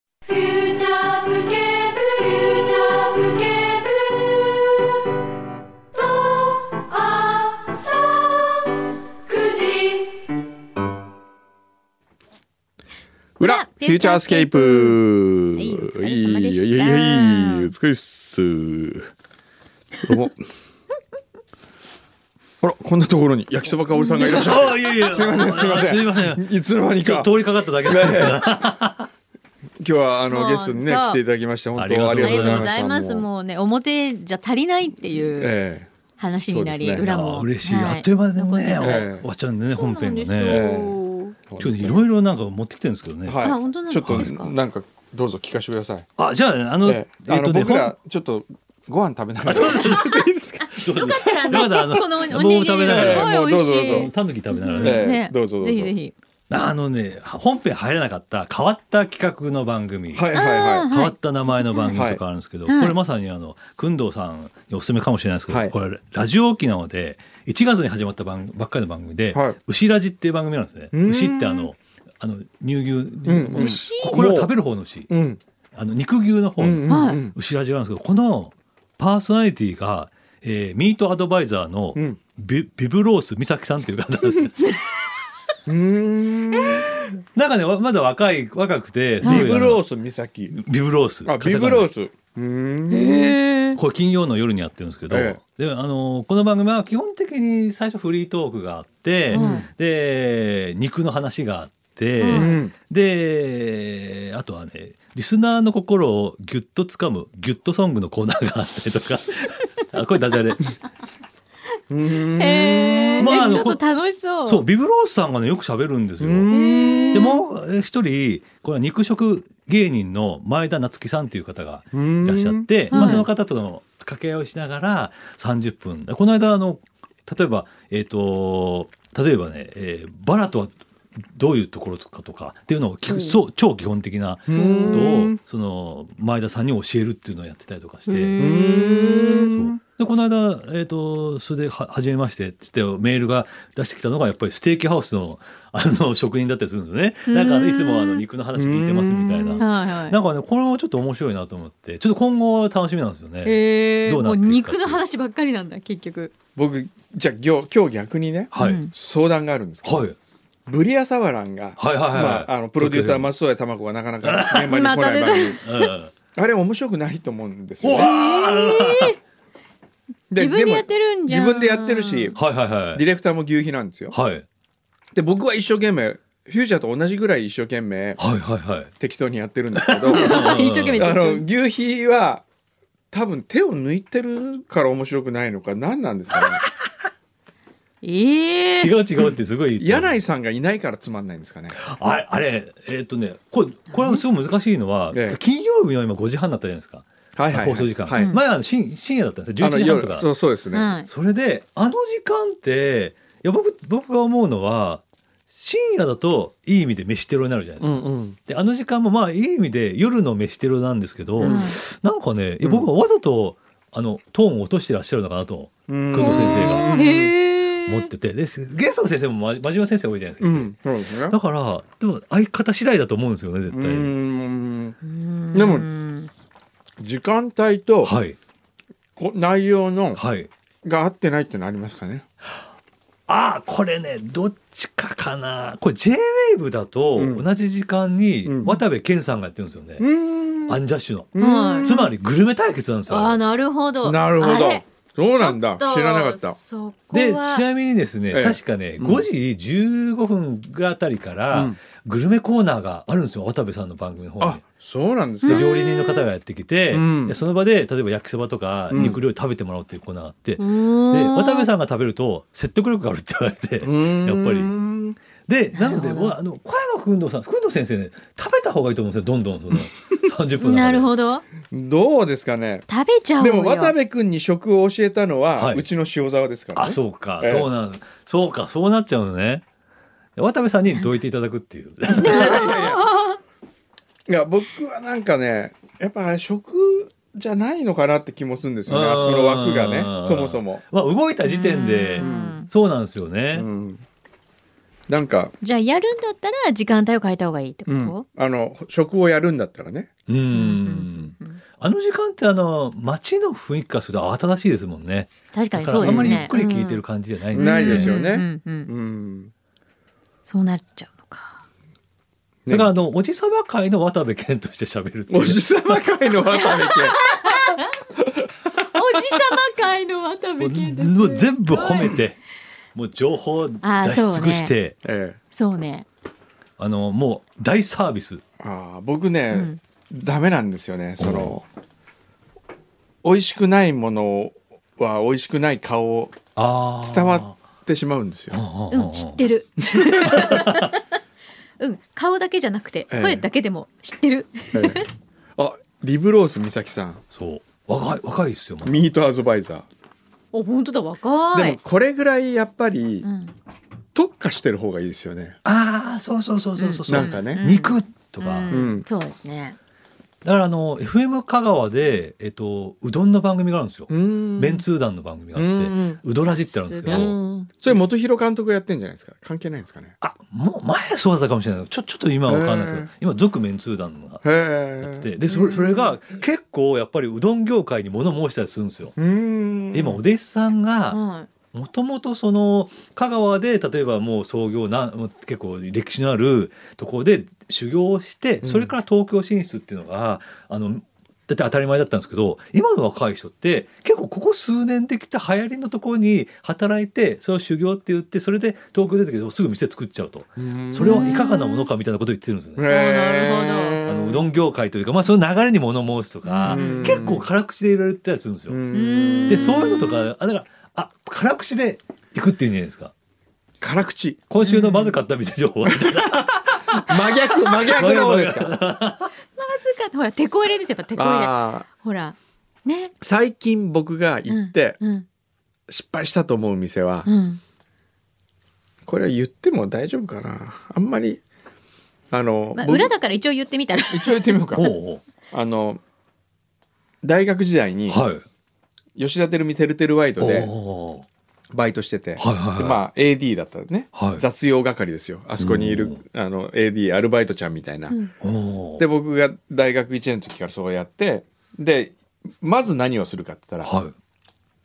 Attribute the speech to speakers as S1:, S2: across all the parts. S1: フューチャースケープフューチャースケープと朝9時
S2: 裏
S3: 裏
S2: フューチャースケープ
S3: はいお疲れ様でした
S2: いやいやいやいやお疲れっすどうも ほらこんなところに焼きそばかおりさんがいらっしゃる
S4: あいやいや。
S2: すいませんすいません
S4: すいません。
S2: いつの間に
S4: ちょ
S2: か
S4: っと通りかかっただけだったから。
S2: 今日はあの
S3: もう
S2: ゲストにね
S3: そう
S2: 来ていただきまして本当あ
S4: あ
S2: り
S4: り
S2: が
S3: あ
S2: と
S3: り
S2: う
S3: がとう
S2: ご
S3: ご
S2: ざ
S3: ざ
S2: い
S3: い
S2: ま
S3: ますす。
S2: もう
S3: もうね、表じゃ足りないっていう
S2: え
S3: 話になり、
S2: そうですね
S3: 裏
S4: あ
S3: も。
S4: 嬉しい。
S3: は
S4: あっという間でね、
S3: 残
S2: え
S3: って
S2: え
S3: て
S4: お終わっちゃうんでね、
S3: そう
S4: 本
S3: なん
S4: 編
S3: です
S4: が
S3: よ
S4: ね。
S2: え
S4: 今日ねいろいろなんか持ってきてるんですけどね。
S2: はい
S3: あ本当なん
S2: ちょ
S3: だ
S2: っと
S3: ですか
S2: なんかどうぞ聞かせてください
S4: あ、じゃあ、あの、
S2: ええあの
S4: ね
S2: 僕らちょっとご飯食べながら
S4: 本よかっ
S3: だから
S4: だあの、
S3: このおに
S4: 棒を
S3: ぎ
S4: 食べ
S3: り
S4: な
S3: が
S4: が
S3: す
S4: ら。
S3: ごい美味し
S2: どうぞど
S3: い。
S2: う
S4: タヌキ食べながら
S2: え
S4: ね。
S2: えどうぞどうぞ
S3: ぜひぜひ。
S4: あのね、本編入らなかった、変わった企画の番組。
S2: はいはいはい
S3: あ
S4: 変わった名前の番組とかあるんですけど、
S3: はい
S4: これまさにあの工藤さんにおすすめかもしれないですけど、
S2: はい
S4: これラジオ沖縄で1月に始まった番ばっかりの番組で「
S2: はい
S4: 牛ラジ」っていう番組なんですね。
S2: うーん
S4: 牛ってあのあの乳牛、
S2: んうん
S3: 牛
S4: ここれは食べる方の牛
S2: うん
S4: あの肉牛の方
S2: うんう
S4: の、
S2: んうん
S4: 牛ラジがあるんですけどこのパーソナリティが、えーミートアドバイザーの
S2: うん
S4: ビ,、ビブロース美咲さんっていう方なんですよ
S2: うーん
S4: なんかねわまだ若い若くてすご
S2: ビ
S4: い
S2: ブロ
S4: あ
S2: ース岬
S4: のビブロース
S2: あビブロ
S4: ス
S2: ースうーん
S3: へえ。
S4: これ金曜の夜にやってるんですけど、
S2: え
S4: であのこの番組は基本的に最初フリートークがあって、
S3: うん
S4: で肉の話があって、
S3: う
S2: うん
S4: であとはねリスナーの心をギュッと掴むギュッとソングのコーナーがあったりとか あこれダジャレ
S2: うーん
S3: へえ。
S4: まああの
S3: ちょっと楽しそう。
S4: そうビブロースさんがねよく喋るんですよ。
S2: うん
S3: へえ。
S4: でもうえ一人これは肉食芸人の前田夏樹さんという方がいらっしゃって、
S3: うん
S4: ま
S3: は
S4: あ、
S3: い
S4: その方との掛け合いをしながら30分この間あの例えばえっ、と例えばね、えーバラとはどういうところかとかっていうのを聞く、そう超基本的な
S2: う
S4: こと
S2: ー
S4: を
S2: ん
S4: その前田さんに教えるっていうのをやってたりとかして。
S2: う
S3: へえ。
S2: ーん
S4: でこの間、えー、とそれでは「はじめまして」っつってメールが出してきたのがやっぱりステーキハウスのあの職人だったりするんですねなんかあのいつもあの肉の話聞いてますみたいな
S3: はいはい。
S4: なんかねこれはちょっと面白いなと思ってちょっと今後楽しみなんですよね。
S3: へえ。
S4: どうな
S3: も
S4: っ
S3: う
S4: ていくか
S3: 肉の話ばっかりなんだ結局。
S2: 僕じゃあ今日今日逆にね
S4: はい、
S3: うん
S2: 相談があるんですけど
S4: はい
S2: ブリアサワランが
S4: はいはいはい
S2: まああのプロデューサー松任谷玉子がなかなかメンバーに来
S3: ま
S2: な
S3: た出
S2: い
S3: た
S2: 番組
S4: えー
S2: あれ面白くないと思うんです
S4: お
S2: よ
S4: わ
S2: ね
S3: 自分でやって
S2: る
S3: るんじゃん。
S2: 自分でやってるし
S4: ーはいはいは
S2: ディ
S4: い
S2: レクターも牛皮なんですよ
S4: はい
S2: で僕は一生懸命フューチャーと同じぐらい一生懸命
S4: はいはいはい
S2: 適当にやってるんですけどあ
S3: 一生懸命やって
S2: の
S3: る。
S2: 牛皮は多分手を抜いてるから面白くないのか何なんですか ね
S3: ええ。
S4: 違う違うってすごい言ってる
S2: 柳井さんがいないからつまんないんですかね
S4: あれあれえーっ、とねこれこれはすごい難しいのは
S2: ええ
S4: 金曜日の今5時半だったじゃないですか
S2: はいはいはい
S4: 放送時間、
S2: はい
S4: 前は深深夜だったんですよ
S2: あの
S4: 11時半とか
S2: 夜そうそうですね、
S3: はい。
S4: それであの時間っていや僕僕が思うのは深夜だといい意味で飯テロになるじゃないですか。
S2: んうん
S4: であの時間もまあいい意味で夜の飯テロなんですけど、
S3: ん
S4: なんかねいや僕はわざと、あのトーンを落としてらっしゃるのかなと
S2: うん
S4: 工藤先生が
S3: あーへえ。
S4: 思ってて、でゲストの先生もま真面目な先生多いじゃないです
S2: う
S4: か、
S2: ん、そうですね。
S4: だからでも相方次第だと思うんですよね
S2: う
S4: 絶対、
S2: ーん
S3: で
S2: でも時間帯と
S4: はい
S2: こ内容の
S4: はい
S2: が合ってないってのありますかね。
S4: ああこれねどっちかかなこれ JWAVE だと
S2: うん
S4: 同じ時間に
S2: うん
S4: 渡部健さんがやってるんですよね、
S2: うん
S4: アンジャッシュの、
S3: はい
S4: つまりグルメ対決なんですよ
S3: ああなるほど。
S2: なるほ
S3: あ
S2: ど
S3: れ。
S2: そうなんだ。
S3: ちょっと
S2: 知らなかった。
S3: そこ
S4: でち
S3: は
S4: なみにですね、
S2: ええ
S4: 確かね
S2: うん
S4: 5時15分あたりから、
S2: うん
S4: グルメコーナーがあるんですよ渡部さんの番組の方
S2: あ
S4: に。、
S2: そうなんです
S4: で
S2: か。
S4: 料理人の方がやってきて、
S2: うん
S4: でその場で例えば焼きそばとか
S2: うん
S4: 肉料理食べてもらうっていうコーナーがあって、で
S3: で
S4: 渡部
S3: ん
S4: さんが食べると説得力があるって言われて、やっぱり
S2: り。
S4: でなので
S3: なるほど
S4: もうあの小山君藤さん君藤先生ね食べた方がいいと思うんですよどんどんその30分の中で
S3: なるほど
S2: どうですかね。
S3: 食べちゃおう
S2: で
S3: よ
S2: も渡部君に食を教えたのは、
S4: はいう
S2: ちの塩沢ですから、
S4: あ
S2: ね。
S4: そうか、
S2: ええ
S4: そうなんそうかそうなっちゃうのね渡部さんにどいていただくっていう
S2: いや、僕はなんかね、やっぱあれ食じゃないのかなって気もするんですよね。あそこの枠が
S4: う
S2: ね、
S4: ん
S2: そもそも。
S4: まあ動いた時点で
S3: うん
S4: そうなんですよね、
S2: うんなんか、
S3: じゃあやるんだったら時間帯を変えた方がいいってこ
S2: う
S3: と、
S2: ん、あの食をやるんだったらね
S4: うん
S3: うんうんうん
S4: あの時間ってあの街の雰囲気からすると慌ただしいですもんね
S3: 確か
S4: だ
S3: に
S4: か
S3: そ
S4: ら
S3: う
S4: あ
S3: ですね
S4: んまりゆっくり聞いてる感じじゃないん
S3: うん
S4: ですよ
S2: ないですよね
S3: うんうんうん
S2: うん
S3: そうなっちゃうのか
S4: それからあのおじさま会の渡部健として喋るっていう
S2: おじさま会の渡部
S3: おじさま会の渡
S4: も
S3: 部
S4: う
S3: 健
S4: もう全部褒めてもう情報を出
S3: あー
S4: し尽くして
S2: 健ええ
S3: そうね
S4: あのもう大サービス
S2: ああ僕ね、
S3: うん
S2: ダメなんですよねその美味しくないものは美味しくない顔を
S4: あー
S2: 伝わってしまうんですよ。
S4: う
S3: うん知って
S4: る
S3: るうん顔だけじゃなくて
S2: ええ
S3: 声だけでも知ってる、
S2: ええあリブロース美咲さん
S4: そう若い若いですよまだ
S2: ミートアドバイザ
S3: お本当だ
S2: ー、
S3: 若
S2: で
S3: い
S2: もこれぐらいやっぱり
S3: うん
S2: 特化してる方がいいですよね。
S4: ああそうそうそうそうそうそう
S2: なんかね
S3: うん
S4: 肉とか、
S3: うん
S2: うん
S3: そうですね
S4: だからあの FM 香川で、えっと、うどんの番組があるんですよ、
S2: うん
S4: メンツー団の番組があって、う
S2: うん
S4: どらじってあるんですけ
S3: う
S4: ど、
S2: うんそれ元弘監督やってんじゃないですか関係ないんですかね。
S4: あもう前そうだったかもしれないけどちょちょっと今は分かんないですけど
S2: へー
S4: 今続メンツー団がやって
S2: へ
S4: てでそれそれが結構やっぱりうどん業界に物申したりするんですよ。
S2: え。うん
S4: で今お弟子さんが
S3: は
S4: もともとその香川で例えばもう創業なもう結構歴史のあるところで修行をして
S2: うん
S4: それから東京進出っていうのが、あのだって当たり前だったんですけど今の若い人って結構ここ数年できた流行りのところに働いてそれを修行って言ってそれで東京出てきてすぐ店作っちゃうと
S2: うん
S4: それはいかがなものかみたいなことを言ってるんですよね。
S3: なるほ
S4: あ
S2: あ
S4: のうどん業界というか、まあ、その流れに物申すとか、
S2: うん
S4: 結構辛口でいろいろ言ったりするんですよ。
S3: ん
S4: でそういうのとかあだからあ辛口でいくっていうんじゃないですか
S2: 辛口
S4: 今週のまずかった店情報 は、
S2: 真逆真逆の方ですか
S3: ずかほらテこ入れですよやっぱテこ入れ
S2: あー
S3: ほらね
S2: 最近僕が行って
S3: うん
S2: 失敗したと思う店は
S3: うん
S2: これは言っても大丈夫かなあんまりあの、
S3: まあ、
S2: 僕
S3: 裏だから一応言ってみ たら
S2: 一応言ってみようか
S4: おう
S2: あの大学時代
S4: おう
S2: に
S4: はい
S2: 吉田照美てるてるワイドで
S4: おう
S2: バイトしてて、
S4: はいはいはい
S2: でまあ AD だったのね、
S4: はい
S2: 雑用係ですよあそこにいうる
S4: ん
S2: あの AD アルバイトちゃんみたいな、
S3: うん
S4: おう
S2: で僕が大学1年の時からそうやってでまず何をするかって言ったら、
S4: はい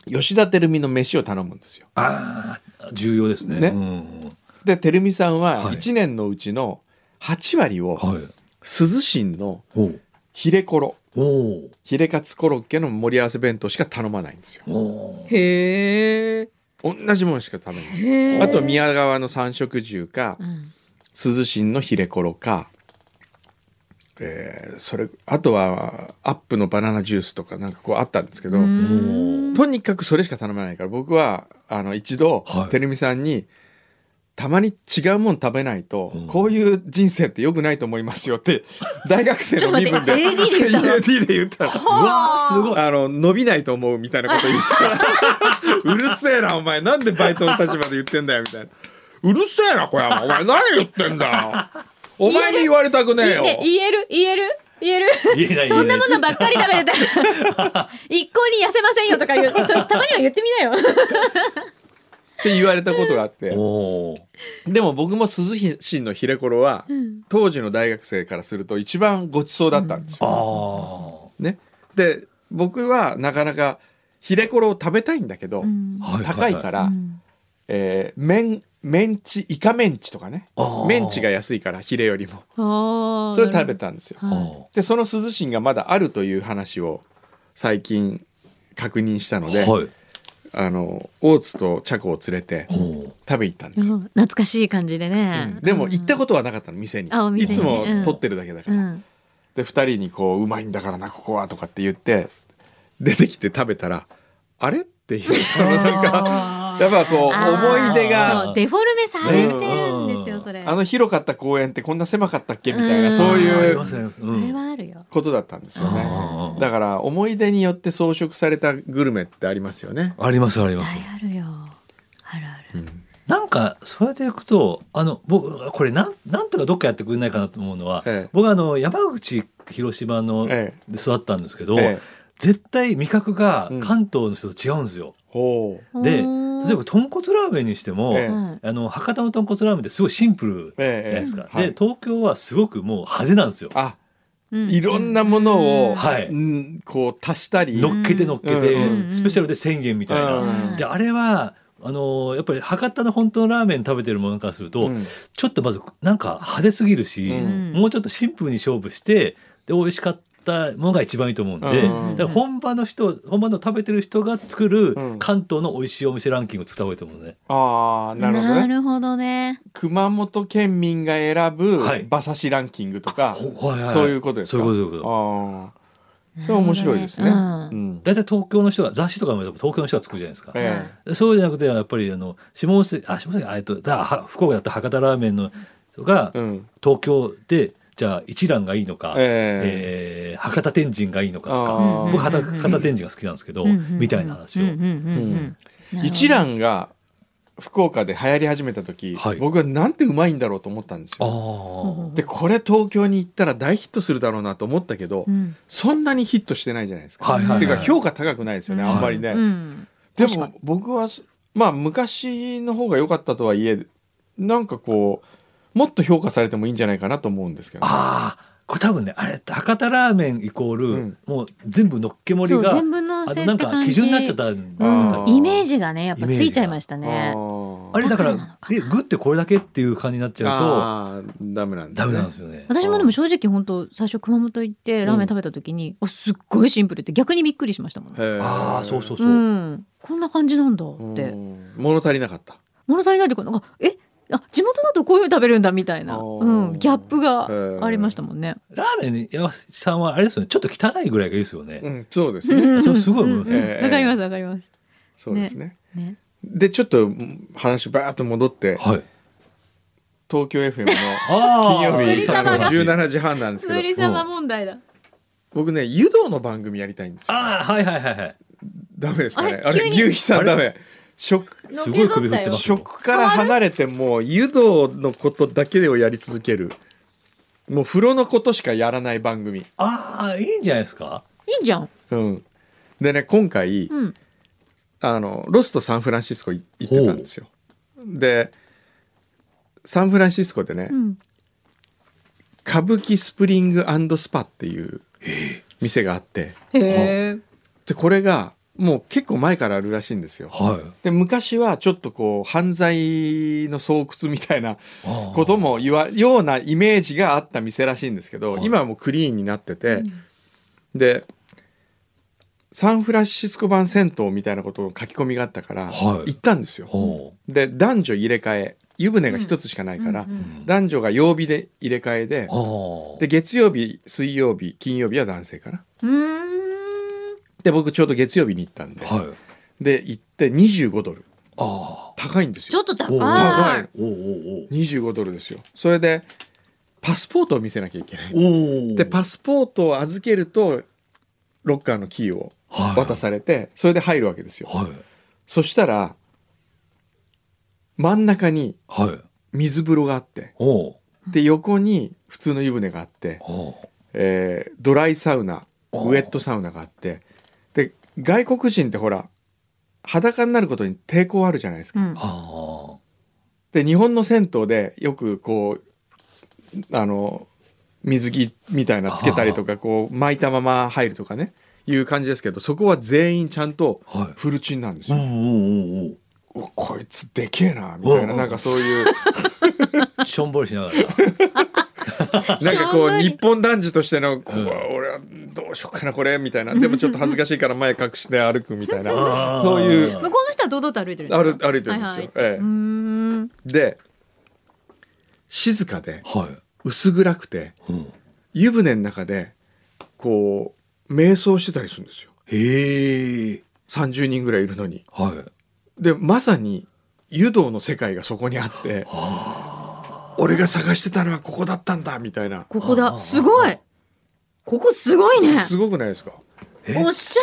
S2: 吉田照美の飯を頼むんですよ
S4: ああ重要ですね
S2: ね
S4: うん
S2: で照美さんは
S4: はい
S2: 1年のうちの8割を
S4: はい
S2: 涼しんの
S4: おう
S2: ヒレコロ
S4: おう
S2: ヒレカツコロッケの盛り合わせ弁当しか頼まないんですよ
S4: おう
S3: へえ
S2: 同じものしか食べない
S3: へえ
S2: あと宮川の三色重か
S3: うん
S2: 涼しんのヒレコロかえーそれあとはアップのバナナジュースとかなんかこうあったんですけど、
S3: う
S4: お
S3: ん
S4: う
S2: とにかくそれしか頼まないから僕はあの一度、
S4: はい
S2: てるみさんにたまに違うもん食べないと、
S4: うん
S2: こういう人生って良くないと思いますよって大学生
S3: ちょっ
S2: の
S3: と
S2: 身
S3: 待っ
S2: 分
S3: て
S2: で
S3: AD で言ったの
S2: AD で言った
S4: うわーすご い
S2: らあの伸びないと思うみたいなこと言ったら うるせえなお前なんでバイトの立場で言ってんだよみたいなうるせえな小山お前何言ってんだよお前に言われたくねえよ
S3: ね言える言える言える
S4: 言えない
S3: そ
S4: 言
S3: んな
S4: え
S3: も
S4: ない
S3: のばっかり食 べれたら一向に痩せませんよとか言うとたまには言ってみ なよ
S2: って言われたことがあって
S4: おう
S2: でも僕も鈴木氏のヒレコロは、当時の大学生からすると一番ごちそうだったんですよ。
S4: ああ
S2: ね、で僕はなかなかヒレコロを食べたいんだけど、
S3: ん
S4: はは
S2: 高いから、
S3: うん
S2: えー麺メンチイカメンチとかね
S4: あー
S2: メンチが安いからヒレよりも
S3: ああ
S2: それ食べたんですよ。
S4: お
S3: はいう
S2: でその鈴しがまだあるという話を最近確認したので、
S4: はい
S2: あの大津と茶子を連れて
S4: おう
S2: 食べ行ったんですよ。
S3: うん懐かしい感じでね、
S2: うんでも行った
S3: こ
S2: ことはなかったの店に
S3: あお店に
S2: いつも
S3: うん
S2: 撮ってるだけだか
S3: う
S2: ら、
S3: ん、
S2: で2人にこう「うまいんだからなここは」とかって言って出てきて食べたら「あれ?」っていうそのなんかやっぱこう
S3: あー
S2: 思い出
S3: そ
S2: が
S3: うデフォルメされてるんですよ、
S4: うん
S3: それ
S2: あの広かった公園ってこんな狭かったっけみたいな
S3: うん
S2: そう
S4: あ
S2: い
S4: り
S2: う
S4: ますね
S3: それはあるよ、
S2: ことだったんですよ
S4: あ
S2: ね
S4: ー
S2: だから思い出によって装飾されたグルメってありますよね。
S4: ありますあります
S3: 大。あるよあるある
S4: なんかそれでいくとあの僕これなんなんとかどっかやってくれないかなと思うのは、
S2: ええ
S4: 僕はあの山口広島の、
S2: え
S4: で育ったんですけど、
S2: ええ
S4: 絶対味覚が
S2: うん
S4: 関東の人と違うんですよ。
S2: ほう
S4: で
S3: おー
S4: 例えば豚骨ラーメンにしても、
S2: ええ
S3: はい
S4: あの博多の豚骨ラーメンってすごいシンプルじゃないですか、
S2: ええはい
S4: で東京はすごくもう派手なんですよ
S2: あ
S3: うん
S2: いろんなものを、
S4: はい
S2: うんこう足したり
S4: 乗っけて乗っけて、
S2: うん
S4: スペシャルで1,000円みたいな、
S2: うん
S4: であれはあのーやっぱり博多の本当のラーメン食べてるものからすると、
S2: うん
S4: ちょっとまずなんか派手すぎるし、
S2: うん
S4: もうちょっとシンプルに勝負してで美味しかったものが一番いいと思うんで、
S2: うん
S4: だから本場の人本場の食べてる人が作る
S2: うん
S4: 関東の美味しいお店ランキングを作った方がいいと思うね。
S2: ああなるほど
S3: な
S2: ね
S3: るほどね。
S2: 熊本県民が選ぶ
S4: はい
S2: 馬刺しランキングとか、
S4: ほはいはい
S2: そういうことですか
S4: そういうことそういうこと
S2: ああそれは面白いですね、
S3: なるほど
S2: う
S3: ね
S2: ん
S4: 大体東京の人が雑誌とかもやっぱ東京の人が作るじゃないですか。
S2: え
S4: そうじゃなくてやっぱりあの下関あ下関あえっとだは福岡だった博多ラーメンの人が
S2: えうん
S4: 東京でじゃあ一蘭がいいのか、
S2: ええ
S4: えー博多天神がいいのかとか
S2: あ
S3: ー
S4: 僕博
S3: うんうんうん
S4: 博多天神が好きなんですけど、
S3: うんうんうん
S4: みたいな話を、
S3: うんうんうんうん
S2: 一。蘭が福岡で流行り始めた時、
S4: はい
S2: 僕はなんてうまいんだろうと思ったんです
S4: あ
S2: よ
S4: ー
S2: でこれ東京に行ったら大ヒットするだろうなと思ったけど、
S3: うん
S2: そんなにヒットしてないじゃないですか、
S4: はいはいはい
S2: ていうか評価高くないですよね、
S3: うん
S2: あんまりね、
S3: うん
S2: でも僕はすまあ昔の方が良かったとはいえなんかこうもっと評価されてもいいんじゃないかなと思うんですけどね、
S4: あーこれ多分ねあれ博多ラーメンイコール、
S2: うん
S4: もう全部のっけ盛
S3: そ
S4: り
S3: う
S4: が
S3: 全部の
S4: あ
S3: せ
S4: の
S3: っ
S4: な
S3: て
S4: ん
S3: 感
S4: か
S3: じ。
S4: 基準になっちゃったんですよ
S2: あ
S4: 多
S3: う
S4: 分
S3: んイメージがねやっぱついちゃいました
S2: あ
S3: ね。
S4: あれだから
S3: だからなのかな
S4: でグってこれだけっていう感じになっちゃうと
S2: あーダメなんで
S4: ダ
S2: す
S4: メ
S2: ね
S4: なんですよね。
S3: 私もでも正直本当最初熊本行ってラーメン食べた時に、あすっごいシンプルって逆にびっくりしましたもんね。
S2: へー
S4: ああそうそううそう。
S3: うん、こんな感じなんだっ
S2: ん
S3: て
S2: 物足りなかった
S3: 物足りないというかなんかえあ地元だとこういうの食べるんだみたいな、
S2: あー
S3: うん、ギャップがありましたもんね。
S4: ラーメン屋さんはあれですよねちょっと汚いぐらいがいいですよね。
S2: うんそうです
S3: うん
S2: ね
S3: うん
S4: それすごい思います
S3: うんうん
S2: ええ
S3: わかりますわかります。
S2: そうですね
S3: ね。
S2: でちょっとうん話バーッと戻って
S4: はい。
S2: 東京 FM の
S4: あ
S2: 金
S4: ー
S2: 曜
S3: ぶ
S2: 日
S3: りさまが
S2: 17時半なんです
S3: 無
S2: け
S3: 理
S2: ど
S3: 様問題だ。
S2: 僕ね湯道の番組やりたいんですよ
S4: ああはいはいはいはい。
S2: ダメですかねあ
S3: あ
S2: れ
S3: れ急に
S2: 牛肥さんダ
S4: あ
S2: メ食
S4: すごい首振ってますよ。
S2: 食から離れてもう湯道のことだけをやり続けるもう風呂のことしかやらない番組、
S4: ああいいんじゃないですか。
S3: いいじゃん。
S2: うん、でね今回、
S3: うん。
S2: あのロスとサンフランシスコい行ってたんですよでサンフランシスコでね、
S3: うん。
S2: 歌舞伎スプリングスパっていう店があって
S3: へえ。
S2: でこれがもう結構前からあるらしいんですよ
S4: はい。
S2: で昔はちょっとこう犯罪の巣窟みたいな
S4: あー
S2: ことも言わようなイメージがあった店らしいんですけど、
S4: はい
S2: 今はもうクリーンになってて、でサンフランシスコ版銭湯みたいなことの書き込みがあったから、
S4: は
S2: 行
S4: い
S2: ったんですよ。
S4: ほ
S2: で男女入れ替え湯船が一つしかないから、
S3: うん
S4: う。
S3: う
S4: うん
S2: 男女が曜日で入れ替えで
S4: あー
S2: で月曜日水曜日金曜日は男性かな。
S3: うーん。
S2: で僕ちょうど月曜日に行ったんで、
S4: はい。
S2: で行って25ドル
S4: ああ。
S2: 高いんです
S3: ちょ
S2: よ
S3: っと高
S4: お
S3: い。
S4: ー
S2: 高い
S4: おおお
S2: 25ドルですよそれでパスポートを見せなきゃいけない
S4: おお。
S2: でパスポートを預けるとロッカーのキーを渡されて、それで入るわけですよ、
S4: はい
S2: そしたら真ん中に
S4: はい。
S2: 水風呂があって
S4: おお
S2: で横に普通の湯船があって、
S4: お
S2: えードライサウナ
S4: あー
S2: ウェットサウナがあってで外国人ってほら裸になることに抵抗あるじゃないですか、
S3: うん。
S4: あ
S2: で日本の銭湯でよくこうあの水着みたいなつけたりとかこう巻いたまま入るとかねいう感じですけどそこは全員ちゃんと
S4: あ。はい。
S2: フルチンなんです
S4: おお
S2: よ。
S4: お
S2: う
S4: お
S2: わこいつでけえなみたいな
S4: うん
S2: なんかそういう
S4: お。しょんぼりしながら。
S2: なんかこ
S3: しょんぼ
S2: う
S3: り
S2: 日本男児としてのこう
S4: うん
S2: 俺はどうしようかなこれみたいなでもちょっと恥ずかしいから前隠して歩くみたい
S4: あ
S2: な
S4: ー
S2: そういう
S3: 向こうの人は堂々と歩いてるんですか。
S2: 歩歩いてるんですよ
S3: はは
S2: ええ
S3: うーん。
S2: で静かで
S4: は
S2: 薄暗くて
S4: い。うん。
S2: 湯船の中でこう瞑想してたりするんですよ
S4: へえ。
S2: 30人ぐらいいるのに
S4: はい。
S2: でまさに湯道の世界がそこにあって俺が探してたのはここだったんだみたいな
S3: ここ
S4: あ
S3: だ。
S4: ー
S3: すごい。ここすごいね。
S2: すごくないですか
S4: え
S3: おし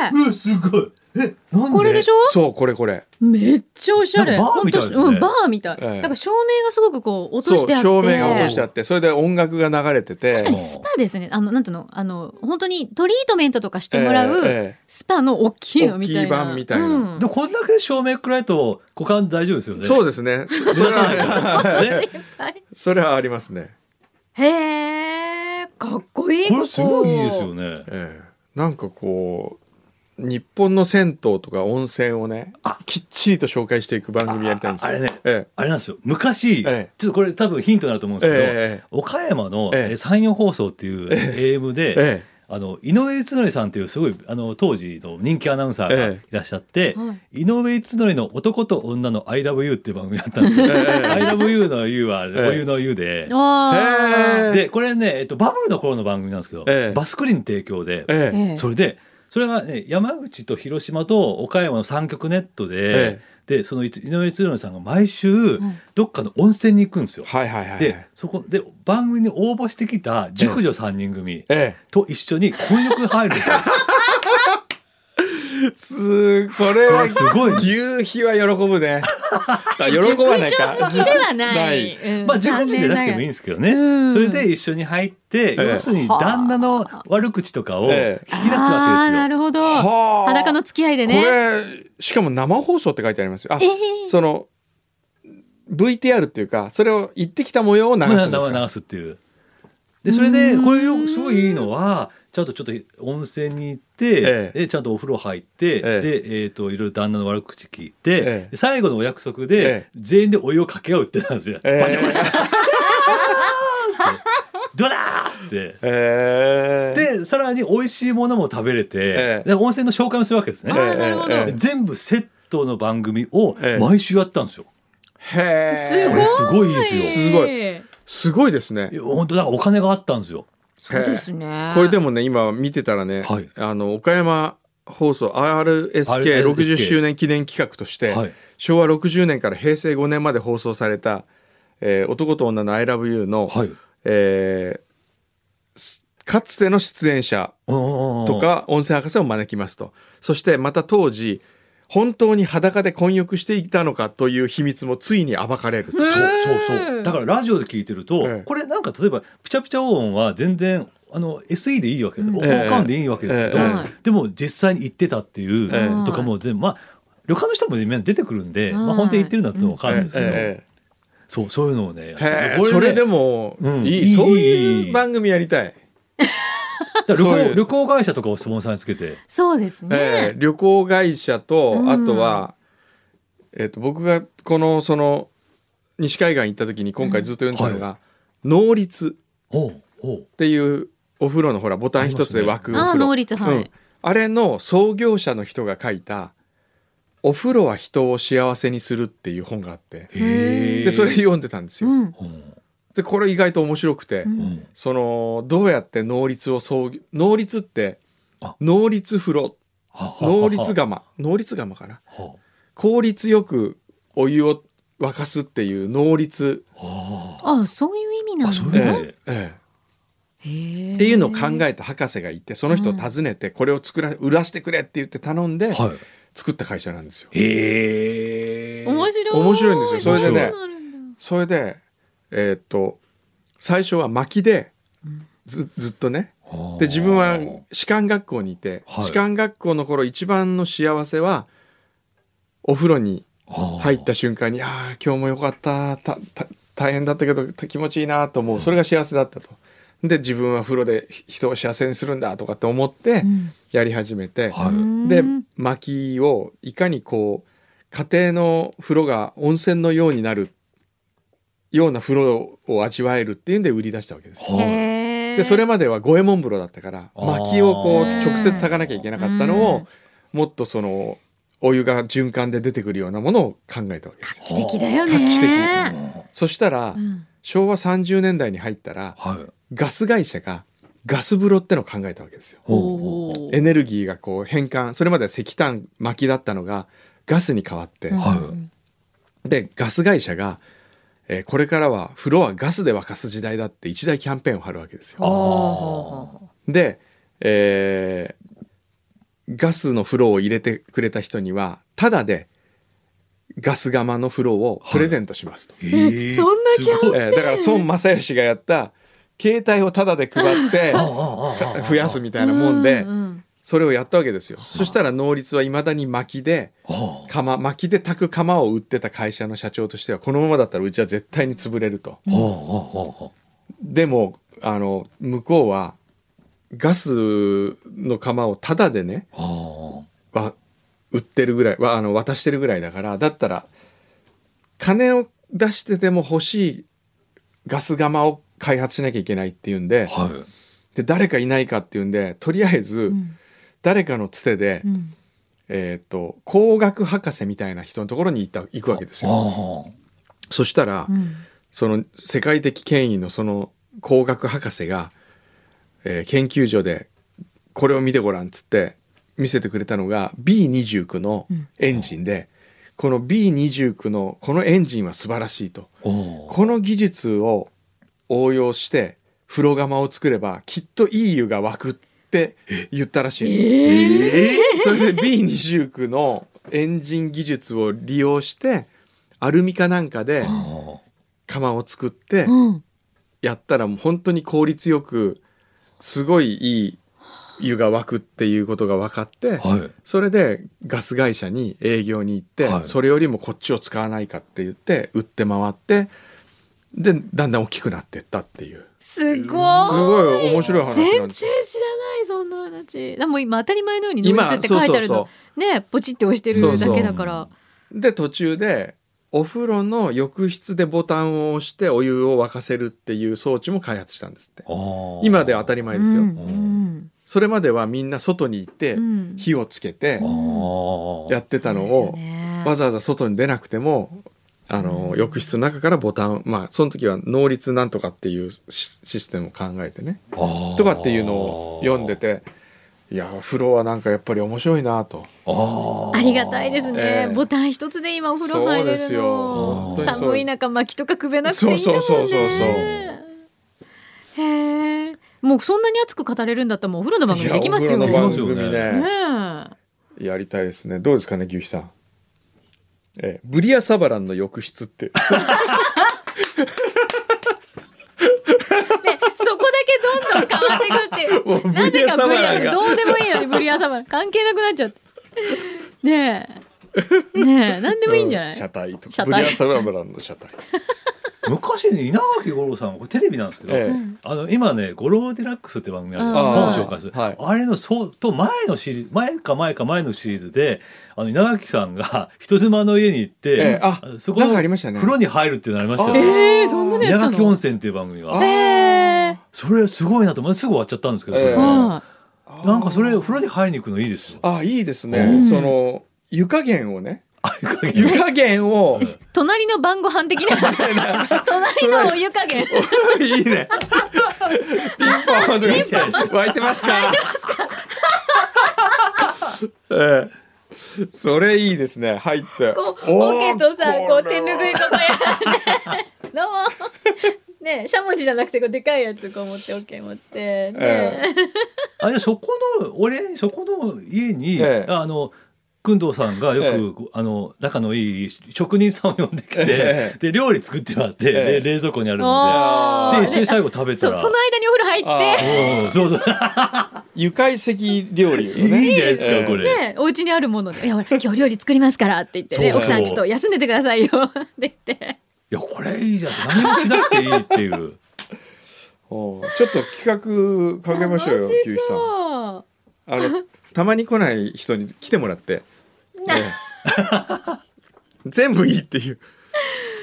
S3: ゃれ。
S4: うんすごい。ええなんで
S3: これでしょ
S2: そうこれこれ
S3: めっちゃおしゃれ
S4: なんかバーみたいですね
S3: ほんとうんバーみたい、
S2: ええ
S3: なんか照明がすごくこう落と
S2: そ
S3: し
S2: う
S3: てあって
S2: 照明が落としてあってそれで音楽が流れてて
S3: 確かにスパですねあのなんていうのあの本当にトリートメントとかしてもら
S2: ええ
S3: う
S2: ええ
S3: スパの大きいのみたいな
S2: 大きい版みたいな
S3: うん
S4: でもこんだけ照明暗いと股間大丈夫ですよね
S2: そう
S4: う
S2: ですねそれは
S4: ね
S3: 心配
S2: それはありますね、
S3: へえかっこいい
S4: これすごいいいです
S3: ね
S4: よね
S2: ええなんかこう日本の銭湯とか温泉をねきっちりと紹介していく番組やりたいんですよ
S4: ああれね
S2: え
S4: あれなんですよ昔、
S2: ええ
S4: ちょっとこれ多分ヒントになると思うん
S2: え
S4: ですけど、
S2: ええ
S4: 岡山の、
S2: ええ
S4: えー山陽放送っていう AM で、
S2: え
S4: あの井上悦則さんっていうすごいあの当時の人気アナウンサーが
S2: え
S4: いらっしゃって、
S3: はい
S4: 井上悦則の「男と女の ILOVEYOU」っていう番組やったんで す
S2: え
S4: よ。
S2: ええ
S4: ILOVEYOU の「U」はお
S2: え
S4: 湯の「U」で。
S3: あー
S2: へ
S4: でこれね、えっと、バブルの頃の番組なんですけど、
S2: ええ
S4: バスクリン提供で、
S2: ええ
S3: ええ
S4: それでそれが、ね、山口と広島と岡山の三極ネットで
S2: え,、
S4: でそのいつ井上悦則さんが毎週
S3: ん
S4: どっかの温泉に行くんですよ。
S2: はいはいはい
S4: でそこで番組に応募してきた熟女3人組
S2: え
S4: と一緒に混浴入るんですよ。
S2: えすそれは
S4: それすごい
S2: 牛皮は喜ぶ ねあ喜ばないか
S3: 熟女好きでは ない。
S2: ない
S3: うん
S4: まあ熟女じゃなくてもいいんですけどね、
S3: うん
S4: それで一緒に入って、
S2: ええ
S4: 要するに旦那の悪口とかを聞
S2: ええ
S4: き出
S3: あー
S4: すわけですよ。
S3: なるほど。
S2: はあ
S3: 裸の付き合いで
S2: こ
S3: ね。
S2: れしかも生放送って書いてありますよあ
S3: ええ
S2: その VTR っていうかそれを言ってきた模様を流すんです
S4: まあ
S2: か
S4: 流すっていう。でそれで
S3: うん
S4: これよすごいいいのはちゃんとちょっと温泉に行って、
S2: ええ
S4: でちゃんとお風呂入って、
S2: ええ
S4: で、えー、といろいろ旦那の悪口聞いて、
S2: ええ
S4: 最後のお約束で、
S2: え
S4: 全員でお湯を掛け合うってなんですよ。
S2: え
S4: バシャバシャ
S2: え
S4: ドラーっつって。
S2: ええ
S4: でさらに美味しいものも食べれて、
S2: ええ
S4: で温泉の紹介もするわけですね
S3: あ。ーなるほど
S4: で全部セットの番組を
S2: ええ
S4: 毎週やったんですよ。
S2: へえ
S3: す
S4: こ
S3: ごい。
S4: れすごいですよ。
S2: すごすごいですね
S4: いや本当だからお金があったんですよ。
S3: そうですね。
S2: これで
S3: も。
S2: もね今見てたらね、
S4: はい
S2: あの岡山放送 RSK60 周年記念企画として、
S4: はい
S2: 昭和60年から平成5年まで放送された「えー男と女の ILOVEYOU の」
S4: はい。
S2: えーすかつての出演者と
S4: と
S2: か温泉博士を招きますとそしてまた当時本当に裸で混浴していたのかという秘密もついに暴かれると
S4: そうそう
S3: う
S4: そ
S3: ん
S4: う。だからラジオで聞いてると、
S2: ええ
S4: これなんか例えばピチャピチャ音は全然あの SE でいいわけです。
S3: うん
S4: オーカンでいいわけですけど、
S2: ええ
S3: え
S4: でも実際に行ってたっていう
S2: ええ
S4: とかも全部まあ旅館の人も出てくるん
S3: はい
S4: で、まあ本当に行ってるのはちょっとわかるんないですけど、
S2: え
S4: そうそういうのを
S2: ー
S4: ね、
S2: へー
S4: こ
S2: それ
S4: ね
S2: でも
S4: うん
S2: いい、
S4: いい
S2: そう
S4: いい
S2: い
S4: いう
S2: 番組やりたい。
S4: だから旅
S2: そうい
S4: 行
S2: う
S4: 旅行会社とかをスポンサーにつけて、
S3: そうです
S2: え
S3: ね
S2: え。旅行会社と、
S3: うん
S2: あとは、えっと僕がこのその西海岸行った時に今回ずっと読んでたのが「能率」
S4: ほうほ
S2: っていうお風呂のほらボタン一つで湧くお風呂
S3: あー能率はい
S2: うんあれの創業者の人が書いた「お風呂は人を幸せにする」っていう本があって
S4: う。へえ
S2: でそれ読んでたんです
S3: う
S2: よ。
S3: ん。
S4: うん
S2: でこれ意外と面白くて、
S3: うん
S4: うん
S2: そのどうやって能率を創業能率って
S4: あ
S2: 能率風呂
S4: ははは
S2: 能率釜能率釜かな
S4: は
S2: 効率よくお湯を沸かすっていう能率、
S4: は
S3: あ、そういう意味な
S4: あそういう
S3: の。
S4: のね
S2: ええ
S3: へえ。
S2: っていうのを考えた博士がいてその人を訪ねてこれを作ら売らしてくれって言って頼んで
S4: は
S2: 作った会社なんですよ。
S4: い。へえ。
S3: 面白い。
S2: 面白いんですよ
S4: それでね
S3: うなんだ
S2: それでえーっと最初は薪でずずっとねで自分は士官学校にいて、
S4: はい
S2: 士官学校の頃一番の幸せはお風呂に入
S4: 入
S2: った瞬間に「ああ今日もよかったたた大変だったけどた気持ちいいな」と思うそれが幸せだったと。で自分は風呂でひ人を幸せにするんだとかって思って
S3: うん
S2: やり始めて、
S4: は
S3: う
S4: い。
S3: ん
S2: で薪をいかにこう家庭の風呂が温泉のようになるような風呂を味わえるっていうんで売り出したわけです。
S4: はい。
S3: へえ。
S2: でそれまでは五右衛門風呂だったから
S4: あー
S2: 薪をこう
S3: うん
S2: 直接炊かなきゃいけなかったのをもっとそのお湯が循環で出てくるようなものを考えたわけですよ
S3: 画期的だよね。
S2: 画期的そしたら
S3: うん
S2: 昭和30年代に入ったら
S4: はい。
S2: ガス会社がガス風呂ってのを考えたわけですよ
S4: ほうほう
S3: おー
S2: エネルギーがこう変換それまでは石炭薪だったのがガスに変わって
S3: うん
S4: はい
S2: でガス会社が、えーこれからは風呂はガスで沸かす時代だって一大キャンペーンを張るわけですよ
S4: あー
S3: ほうほうほうほう
S2: で、えーガスの風呂を入れてくれた人にはタダでガス釜の風呂をプレゼントしますと、
S3: えそんなキャン
S4: すごい
S2: えーだから孫正義がやった携帯をタダで配って
S4: ああああああ
S2: 増やすみたいなもんで
S3: ううん
S2: それをやったわけですよ。そしたら能率はいまだに薪で
S4: あ
S2: 釜薪で炊く釜を売ってた会社の社長としてはこのままだったらうちは絶対に潰れると。
S4: あああああ
S2: でもあの向こうはガスの釜をタダでね
S4: ああ
S2: わ売ってるぐらいわあの渡してるぐらいだからだったら金を出してでも欲しいガス釜を開発しなきゃいけないっていうんで
S4: あはい
S2: で誰かいないかっていうんでとりあえず
S3: うん
S2: 誰かのつてで、
S3: うん
S2: えー、と工学博士みたいな人のところに行った行くわけです
S4: あ
S2: よ。
S4: あ
S2: そしたら、
S3: うん
S2: その世界的権威のその工学博士が、えー研究所でこれを見てごらんっつって見せてくれたのが B29 のエンジンで、この B29 のこのエンジンは素晴らしいと
S4: ああ
S2: この技術を応用して風呂釜を作ればきっといい湯が湧くって言ったらしいの。それで B29 のエンジン技術を利用してアルミかなんかで
S4: あ
S2: 釜を作って
S3: うん
S2: やったらもう本当に効率よくすごいいい湯が湧くっていうことが分かって
S4: あはい
S2: それでガス会社に営業に行って、
S4: はい
S2: それよりもこっちを使わないかって言って売って回ってでだんだん大きくなってったっていう
S3: すごいす
S2: すごい面白い話なん
S3: 全然
S2: です
S3: 知
S2: よ。
S3: らないそんな話でも今当たり前のように
S2: 今
S3: 能率って書いてある
S2: そう
S3: のねポチって押してるだけだから
S2: で途中でお風呂の浴室でボタンを押してお湯を沸かせるっていう装置も開発したんですって
S4: ああ
S2: 今では当たり前ですよ、
S3: うんうん
S2: それまではみんな外に行って
S3: うん
S2: 火をつけて
S4: ああ
S2: やってたのを、
S3: そうですよね
S2: わざわざ外に出なくてもあの、
S3: うん
S2: 浴室の中からボタンまあその時は能率なんとかっていうシシステムを考えてねとかっていうのを読んでていや風呂はなんかやっぱり面白いなと
S4: あ
S3: ありがたいですね、
S2: ええ
S3: ボタン一つで今お風呂入
S2: そう
S3: れ
S2: です
S3: る
S2: よ
S3: の
S2: 本当にそう
S3: 寒
S2: で
S3: い
S2: す
S3: 中薪とかくべなくていいんだもんね
S2: そうそうそうそうそう
S3: へえもうそんなに熱く語れるんだったらもうお風呂の番組できますよ
S2: いやお
S3: ね
S2: 風呂の番組ね
S4: できます
S3: ね
S2: やりたいですねどうですかね牛肥さん、ええブリアサバランの浴室って
S3: えねそこだけどんどん変わっていくっていう
S2: もう
S3: なぜかブ
S2: ブ
S3: リア
S2: リア様が
S3: どうでもいいのにブリア様関係なくなっちゃってねえねえ何でもいいんじゃない、
S2: うん車体と
S3: 車
S2: か
S3: 体
S2: ブリアサバランの車体
S4: 昔ね稲垣吾郎さんこれテレビなんですけど、
S2: ええ
S4: あの今ね「ゴローデラックス」って番組ある
S3: あ
S4: 本
S3: あ
S4: 紹介する、
S2: はい
S4: あれのそうと前のシリーズ前か前か前のシリーズであの稲垣さんが 人妻の家に行って、
S2: ええあ
S4: そこ
S2: なん
S4: の
S2: かありましたね
S4: 風呂に入るっていうのありましたよ、
S2: あ
S3: ええそんなのや
S4: 稲
S3: った
S4: 垣
S3: の
S4: 温泉っていう番組が
S2: あ
S3: ええ
S4: それすごいなと思ってすぐ終わっちゃったんですけど、
S2: ええ
S3: は
S4: なんかそれ風呂に入りに行くのいいですよ。
S2: あいいですね、
S3: うん
S2: その湯加減をね
S4: 湯
S2: 湯加減 を
S3: い隣の晩ご飯的 な隣のお湯加減
S2: いいね。ピンポンとか言って湧いてますか。ええそれいいですね。入って。
S3: こう
S2: お
S3: オ
S2: ー
S3: ケとさ
S2: れ
S3: こ
S2: は
S3: う手ぬぐいとかやってどうもねしゃもじじゃなくてこうでかいやつこう持ってオケ持ってね、
S4: あじゃあそこの俺そこの家に、
S2: ええ
S4: あの工藤さんがよく、あの仲のいい職人さんを呼んできて、
S2: ええ
S4: で料理作ってもらっ
S2: え
S4: て、
S2: え
S4: で冷蔵庫にあるの
S3: あ
S4: で
S3: ー
S4: で
S3: ね
S4: 一緒に最後食べた
S3: そう
S4: ら
S3: その間にお風呂入って
S4: うんそうそう
S2: 愉快石料理を
S4: いいじゃ
S2: ね。
S4: ないですか、
S2: ええ
S4: これ、
S3: ねお家にあるもので「いやほら今日料理作りますから」って言って、ね、
S4: そう
S3: 奥さんちょっと休んでてくださいよって言って
S4: いやこれいいじゃん何もしなくていいっていう
S2: おーちょっと企画考えましょうよ、
S3: 楽
S2: キウ
S3: し
S2: イさん。
S3: そう
S2: あのたまに来ない人に来てもらって。
S3: な
S2: ええ全部いいって いう。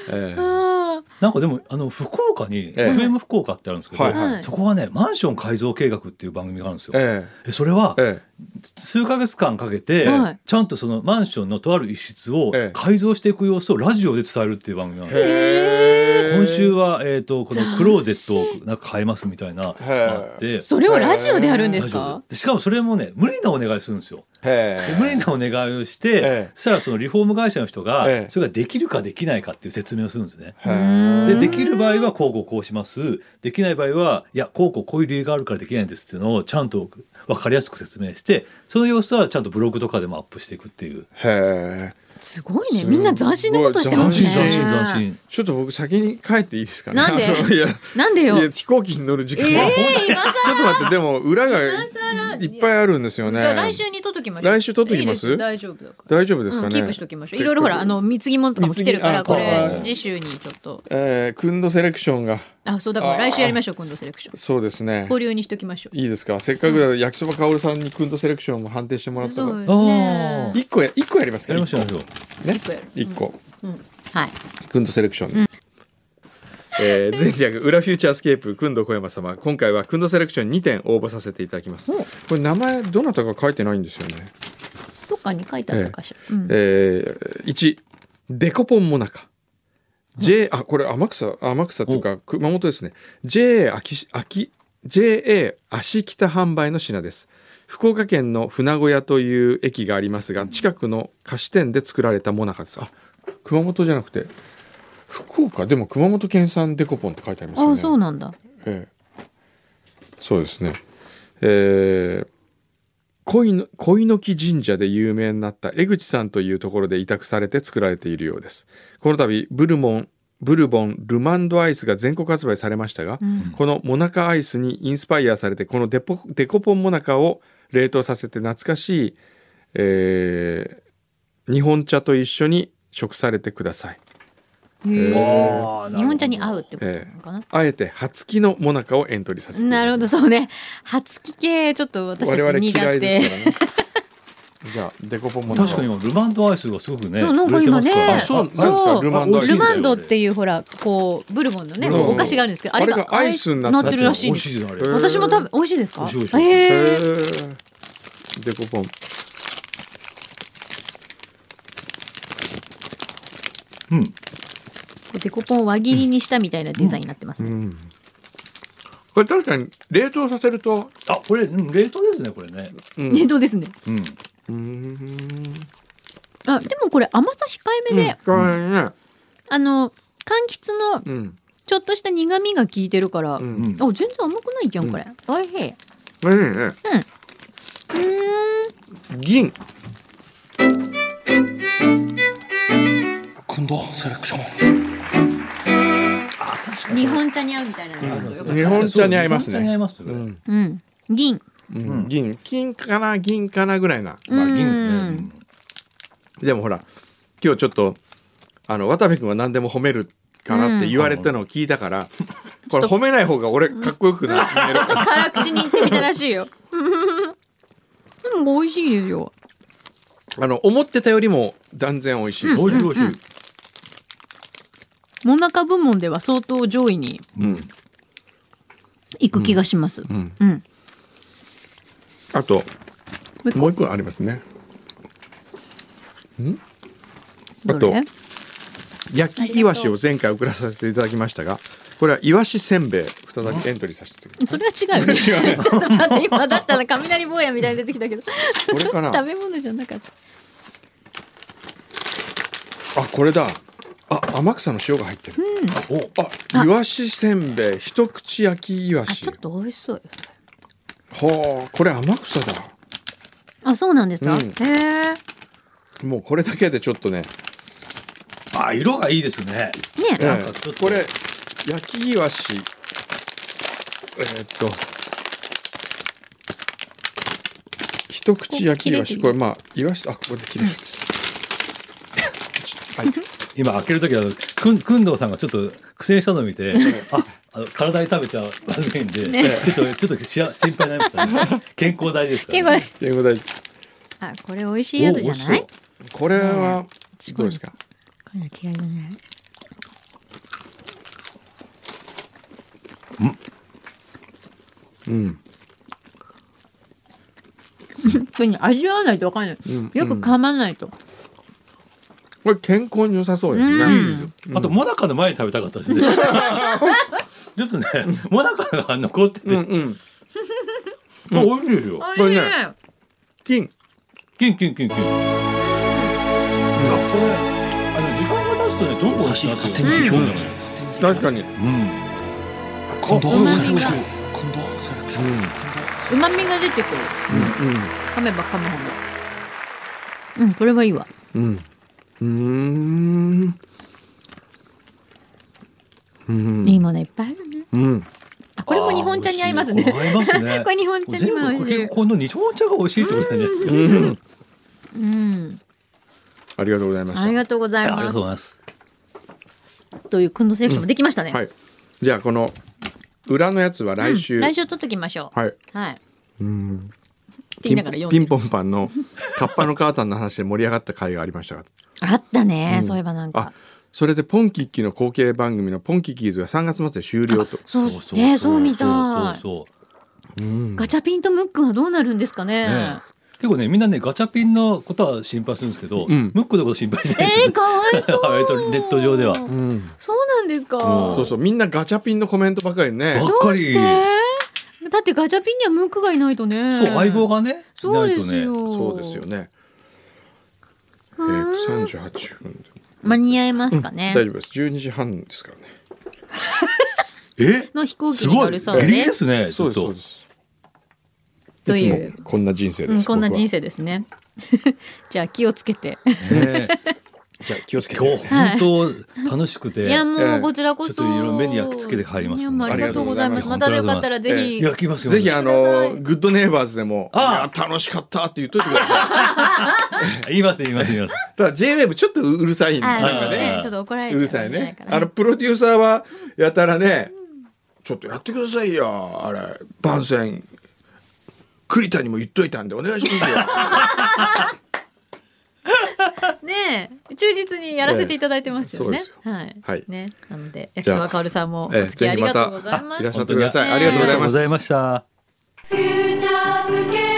S2: ええ
S3: あー
S4: なんかでもあの福岡
S2: え
S4: に、
S2: え
S4: FM 福岡ってあるんですけど、
S2: はいはい
S4: そこはねマンション改造計画っていう番組があるんですよ、
S2: え
S4: えそれは、
S2: ええ
S4: 数ヶ月間かけて、
S3: はい
S4: ちゃんとそのマンションのとある一室を
S2: ええ
S4: 改造していく様子をラジオで伝えるっていう番組なん
S2: え
S4: ですよ、
S2: へえ
S4: 今週は、えー、とこのクローゼットをなんか変えますみたいなのが
S2: へえ
S4: あって
S3: それをラジオでやるんです
S4: ラジ
S3: か
S4: オでしかもそれもね無理なお願いするんですよ。
S2: へ
S4: で
S2: え
S4: 無理なお願いをして、
S2: ええ
S4: そしたらそのリフォーム会社の人が、
S2: ええ
S4: それができるかできないかっていう説明をするんですね。
S2: へ
S3: うん
S2: え
S4: でできる場合はこうこうこうしますできない場合はいやこうこうこういう理由があるからできないんですっていうのをちゃんと分かりやすく説明してその様子はちゃんとブログとかでもアップしていくっていう。
S2: へえ
S3: すごいね。みんな斬新なことしてますね。
S2: すごい斬新
S4: 斬新。
S2: ちょっと僕先に帰っていいですかね
S3: なんで
S2: いや
S3: なんでよ。
S2: い
S3: え
S2: や飛行機に乗る 時間、
S3: え今
S2: ちょっと
S3: 更。
S2: 待ってでも裏が
S3: 今更
S2: いっぱいあるんですよ
S3: じ
S2: ね
S3: ゃあ来週に取っときましょう。
S2: 来週取っときます
S3: いいです大丈夫だから。
S2: 大丈夫ですかね、
S3: うん、キープしときましょう。いろいろほらあの貢ぎ物とかも来てるから
S2: 貢
S3: こ
S2: ぎ
S4: あ
S3: れ
S4: はい
S3: 次週にちょっと
S2: えー、クンドセレクションが
S3: あそうだから
S2: あー
S3: 来週やりましょう今度セレクション。
S2: そうですね
S3: 保留にしときましょう。
S2: いいですかせっかくだから焼きそばかおるさんにクンドセレクションも判定してもらった
S3: そ
S2: から
S3: うね
S4: あ。ー
S2: 一個や一個やりますか
S4: やりましょうやりましょう。
S2: ね
S3: 一個やる。
S2: 一個
S3: うん。うんはい。
S2: クンドセレクション、えー、前略裏フューチャースケープくんど小山様今回はくんどセレクション2点応募させていただきます
S3: お
S2: これ名前どなたか書いてないんですよね、
S3: どっかに書いてあったかしら。うん。
S2: えー、1デコポンモナカ J あこれ天草天草というか熊本ですね JA 秋秋 JA 足北販売の品です福岡県の船小屋という駅がありますが近くの菓子店で作られたモナカですあ熊本じゃなくて福岡でも熊本県産デコポンって書いてありますよね
S3: あそうなんだ。
S2: ええ、そうですね。えー、恋の恋の木神社で有名になった江口さんというところで委託されて作られているようです。この度ブルモンブルボンルマンドアイスが全国発売されましたが、
S3: うん
S2: このモナカアイスにインスパイアされてこのデポデコポンモナカを冷凍させて懐かしい、えー日本茶と一緒に食されてください。
S3: へ
S2: え
S3: え。
S4: あー
S3: 日本茶に合うってことな
S2: え
S3: のかな。
S2: えあえて初期のモナカをエントリーさせていただきます
S3: なるほどそうね初期系ちょっと私たち
S2: 我々嫌
S3: 苦
S2: いです
S3: 手
S2: からね。 じゃあデコポンも
S4: 確かに今ルマンドアイスがすごくね。
S3: そうなんか
S4: 売れて
S3: 今
S4: ます
S3: ね
S4: から
S2: あそうなんですか
S3: そう
S2: ルマンドアイス
S3: ルマンドっていうほらこうブルボンのね
S2: ブルボン
S3: お菓子があるんですけどあ
S2: あ
S3: れ
S2: れ
S3: が
S2: がアイスになってる
S3: ってるらしいんです
S4: 美味しいです
S2: へ
S4: よ
S2: ー
S4: あ
S3: 私も多分美味しいですか
S4: 美味しい美味しい
S2: へ
S3: ええ
S2: ーデコポン。
S4: れ。うん。
S3: デコポンを輪切りにしたみたいなデザインになってますね
S2: うん。これ確かに冷凍させると、
S4: あこれうん冷凍ですねこれね。
S2: うん
S3: ねどうですね
S4: うん。
S2: うん
S3: あでもこれ甘さ控えめで、
S2: これね、
S3: あの柑橘の
S2: うん、
S3: ちょっとした苦味が効いてるから、
S2: う
S3: あ
S2: ん
S4: うん。
S3: 全然甘くないじゃんこれ、おいしいう
S2: 美味しいね。
S3: ーん
S2: 銀。
S4: くんどセレクション。あ確かに。
S3: 日本茶に合うみたいなのがあるとよかった
S2: 日本茶に合いますね
S4: 日本茶に合いますね。
S2: うん、
S3: うん銀
S2: うん、銀、金かな、銀かなぐらいな。
S4: まあ銀
S3: うん
S4: ね。
S2: でもほら、今日ちょっと、あの渡部君は何でも褒める。かなって言われたのを聞いた から、これ褒めない方が俺かっこよくな見える
S3: ちょっと辛口に言ってみたらしいよ。でも美味しいですよ。
S2: あの思ってたよりも断然美味しい。
S4: 美味しい美味しい。
S3: もなか部門では相当上位に
S2: うん。
S3: 行く気がします。うん。
S2: ん
S3: うん
S2: あと
S3: う一個
S2: もう一個ありますね。あと
S3: どれ
S2: 焼きイワシを前回送らさせていただきましたが、これはイワシせんべい再びエントリーさせていただきま
S3: それは違 うよね。 ちょっと待って、今出したら雷坊やみたいに出てきた けど。
S2: す。これかな
S3: 食。べ物じゃなかった。
S2: あこれだ。あ天草の塩が入ってる。
S4: お
S2: あイワシせんべい一口焼きイワ
S3: あ、
S2: シ
S3: ちょっ。と美味しそうよ。それ
S2: ほうこれ天草だ。
S3: あ、そうなんですか。
S2: うん
S3: へえ。
S2: もうこれだけでちょっとね。
S4: あ色がいいですね。
S3: ね。
S4: なんかちょっと
S2: これ焼きイワシ。えーっと。一口焼きイワシ、
S3: こ
S2: こ
S3: こ切れてる
S2: れまあ、イワシ、あ、ここで切れるんです。はい、
S4: 今開けるときはくんくんどうさんがちょっと苦戦したのを見て、ああの体に食べちゃまずいんで、ちょっとちょっとしあ心配になりましたね。健康大事ですから、
S3: 結構
S2: とい
S3: ね、
S4: ね。
S2: うことで、
S3: あ、これ美味しいやつじゃない。
S4: お
S3: こ
S2: これは、どうですか。
S3: ういうの嫌いじゃない。
S2: うん、
S3: これね、味わわないとわかんない。
S2: ん
S3: よく噛まないと。
S2: これ健康に良さそうですね。
S3: うん
S4: あとモナカの前に食べたかったですね。ちょっとねモナカが残ってて、
S2: うん、
S4: あ
S2: うん、
S4: 美味しいですよ。
S3: 美味しい
S2: こ。れ金、
S4: キンキンキンキン。あこれあの時間が経つとねどんどん美味しくなってくる
S5: 勝手に批評
S4: うん
S2: 確かに、
S4: うん。
S5: 今度
S3: お
S5: セ
S3: まみ
S5: レク
S3: が
S5: ション今度セレクション今度セレクション
S3: うまみが出てくる噛めば噛むほどうんこれはいいわ
S2: うんうんうーんうん
S3: いいものいっぱいあるね
S2: うん
S3: あこれも日本茶に合いますね
S4: あー美味しいこれ合います ね
S3: これ日本茶にも合うし
S4: 全部かけこの日本茶が美味しいってことなんじゃないですか
S2: うん
S3: うん
S2: ありがとうございま
S3: あ
S2: し
S3: りがとうござい
S4: ありがと
S3: ま
S4: う
S3: す
S4: ございます
S3: というくんどセレクションもできましたね、
S2: たはいじゃあこの裏のやつは来週、
S3: うん来週取っときましょう
S2: はい
S3: はいって
S2: うん
S3: 言いながら読ん
S2: ピ
S3: で
S2: ン
S3: る
S2: ポンパン のカッパのカータンの話で盛り上がった回がありましたが
S3: あったね、
S2: うん
S3: そういえばなん
S2: あ
S3: か
S2: それでポンキッキの後継番組のポンキッキーズが3月末で終了と
S3: そうねそうみたい
S4: そうそう
S2: うん
S3: ガチャピンとムックンはどうなるんですかね
S4: ね結構ねみんなねガチャピンのことは心配するんですけど、
S2: うん
S4: ムックのこと心配しないです
S3: えー、かわい そ
S4: 割と
S3: う
S4: ネット上では
S2: うん
S3: そうなんですか
S2: そうそうみんなガチャピンのコメントばかりね
S4: わ
S3: どうしてだってガチャピンにはムックがいないとね
S4: そう相棒がね
S3: そうです
S4: いない
S3: よ、
S4: とね
S2: そうですよねえ
S3: ん
S2: ーと38分で
S3: 間に合いますかね、
S2: 大丈夫です12時半ですからね
S4: え
S3: の飛行機
S4: す
S3: に
S4: ご
S3: 乗
S4: い
S3: る
S4: ギ
S3: そう
S4: リギリ
S3: で
S4: ですすねちょっと
S2: す
S3: とい
S2: いうつもこんな人生
S3: う
S2: で
S3: ん
S2: す
S3: こんな人
S2: 生
S3: 生ですね じゃあ気をつけて
S4: ね
S2: じゃあ気をつけ
S4: 今
S2: て
S4: 日本当楽しくて、
S3: いやも
S2: え
S3: う
S2: え
S3: こちらこそ、
S4: ちょっといろいろ目に焼き付けて帰ります
S3: いやもうありがとうございます
S4: あ
S3: また
S4: りがとう
S3: よ
S4: ござ
S3: か
S4: いま
S3: っ
S4: す
S3: たらぜひ、
S4: いや来ますよ
S2: ぜひあの
S3: ください
S2: グッドネイバーズでも
S4: あ
S2: い
S4: あ
S2: や楽しかったって言っといてください
S4: 言います言います言います
S2: ただ JWAVE ちょっとうるさいんです
S3: あ
S2: よ
S3: ーそう
S2: ね
S3: ねちょっと怒られちゃ
S2: うるさい
S3: んじゃな
S2: ね
S3: か。ら
S2: あのプロデューサーはやたらね、ちょっとやってくださいよ。あれ番宣栗田にも言っといたんでお願いしますよ。
S3: ねえ忠実にやらせていただいてますよね
S2: ええそう。
S3: はい。
S2: はい
S3: ね。なので、
S2: じ
S3: 焼
S2: ゃあ
S3: きそばかおるさん もお
S2: ええ
S3: 付き合いありがとうございま
S2: ぜひまたあい
S3: す
S2: らっ。しゃってください。
S3: 本当
S2: あ
S3: に
S2: りがとうござい
S4: ありがとう
S2: ま
S4: ご
S2: す
S4: ざい。ました
S1: フューチャースケ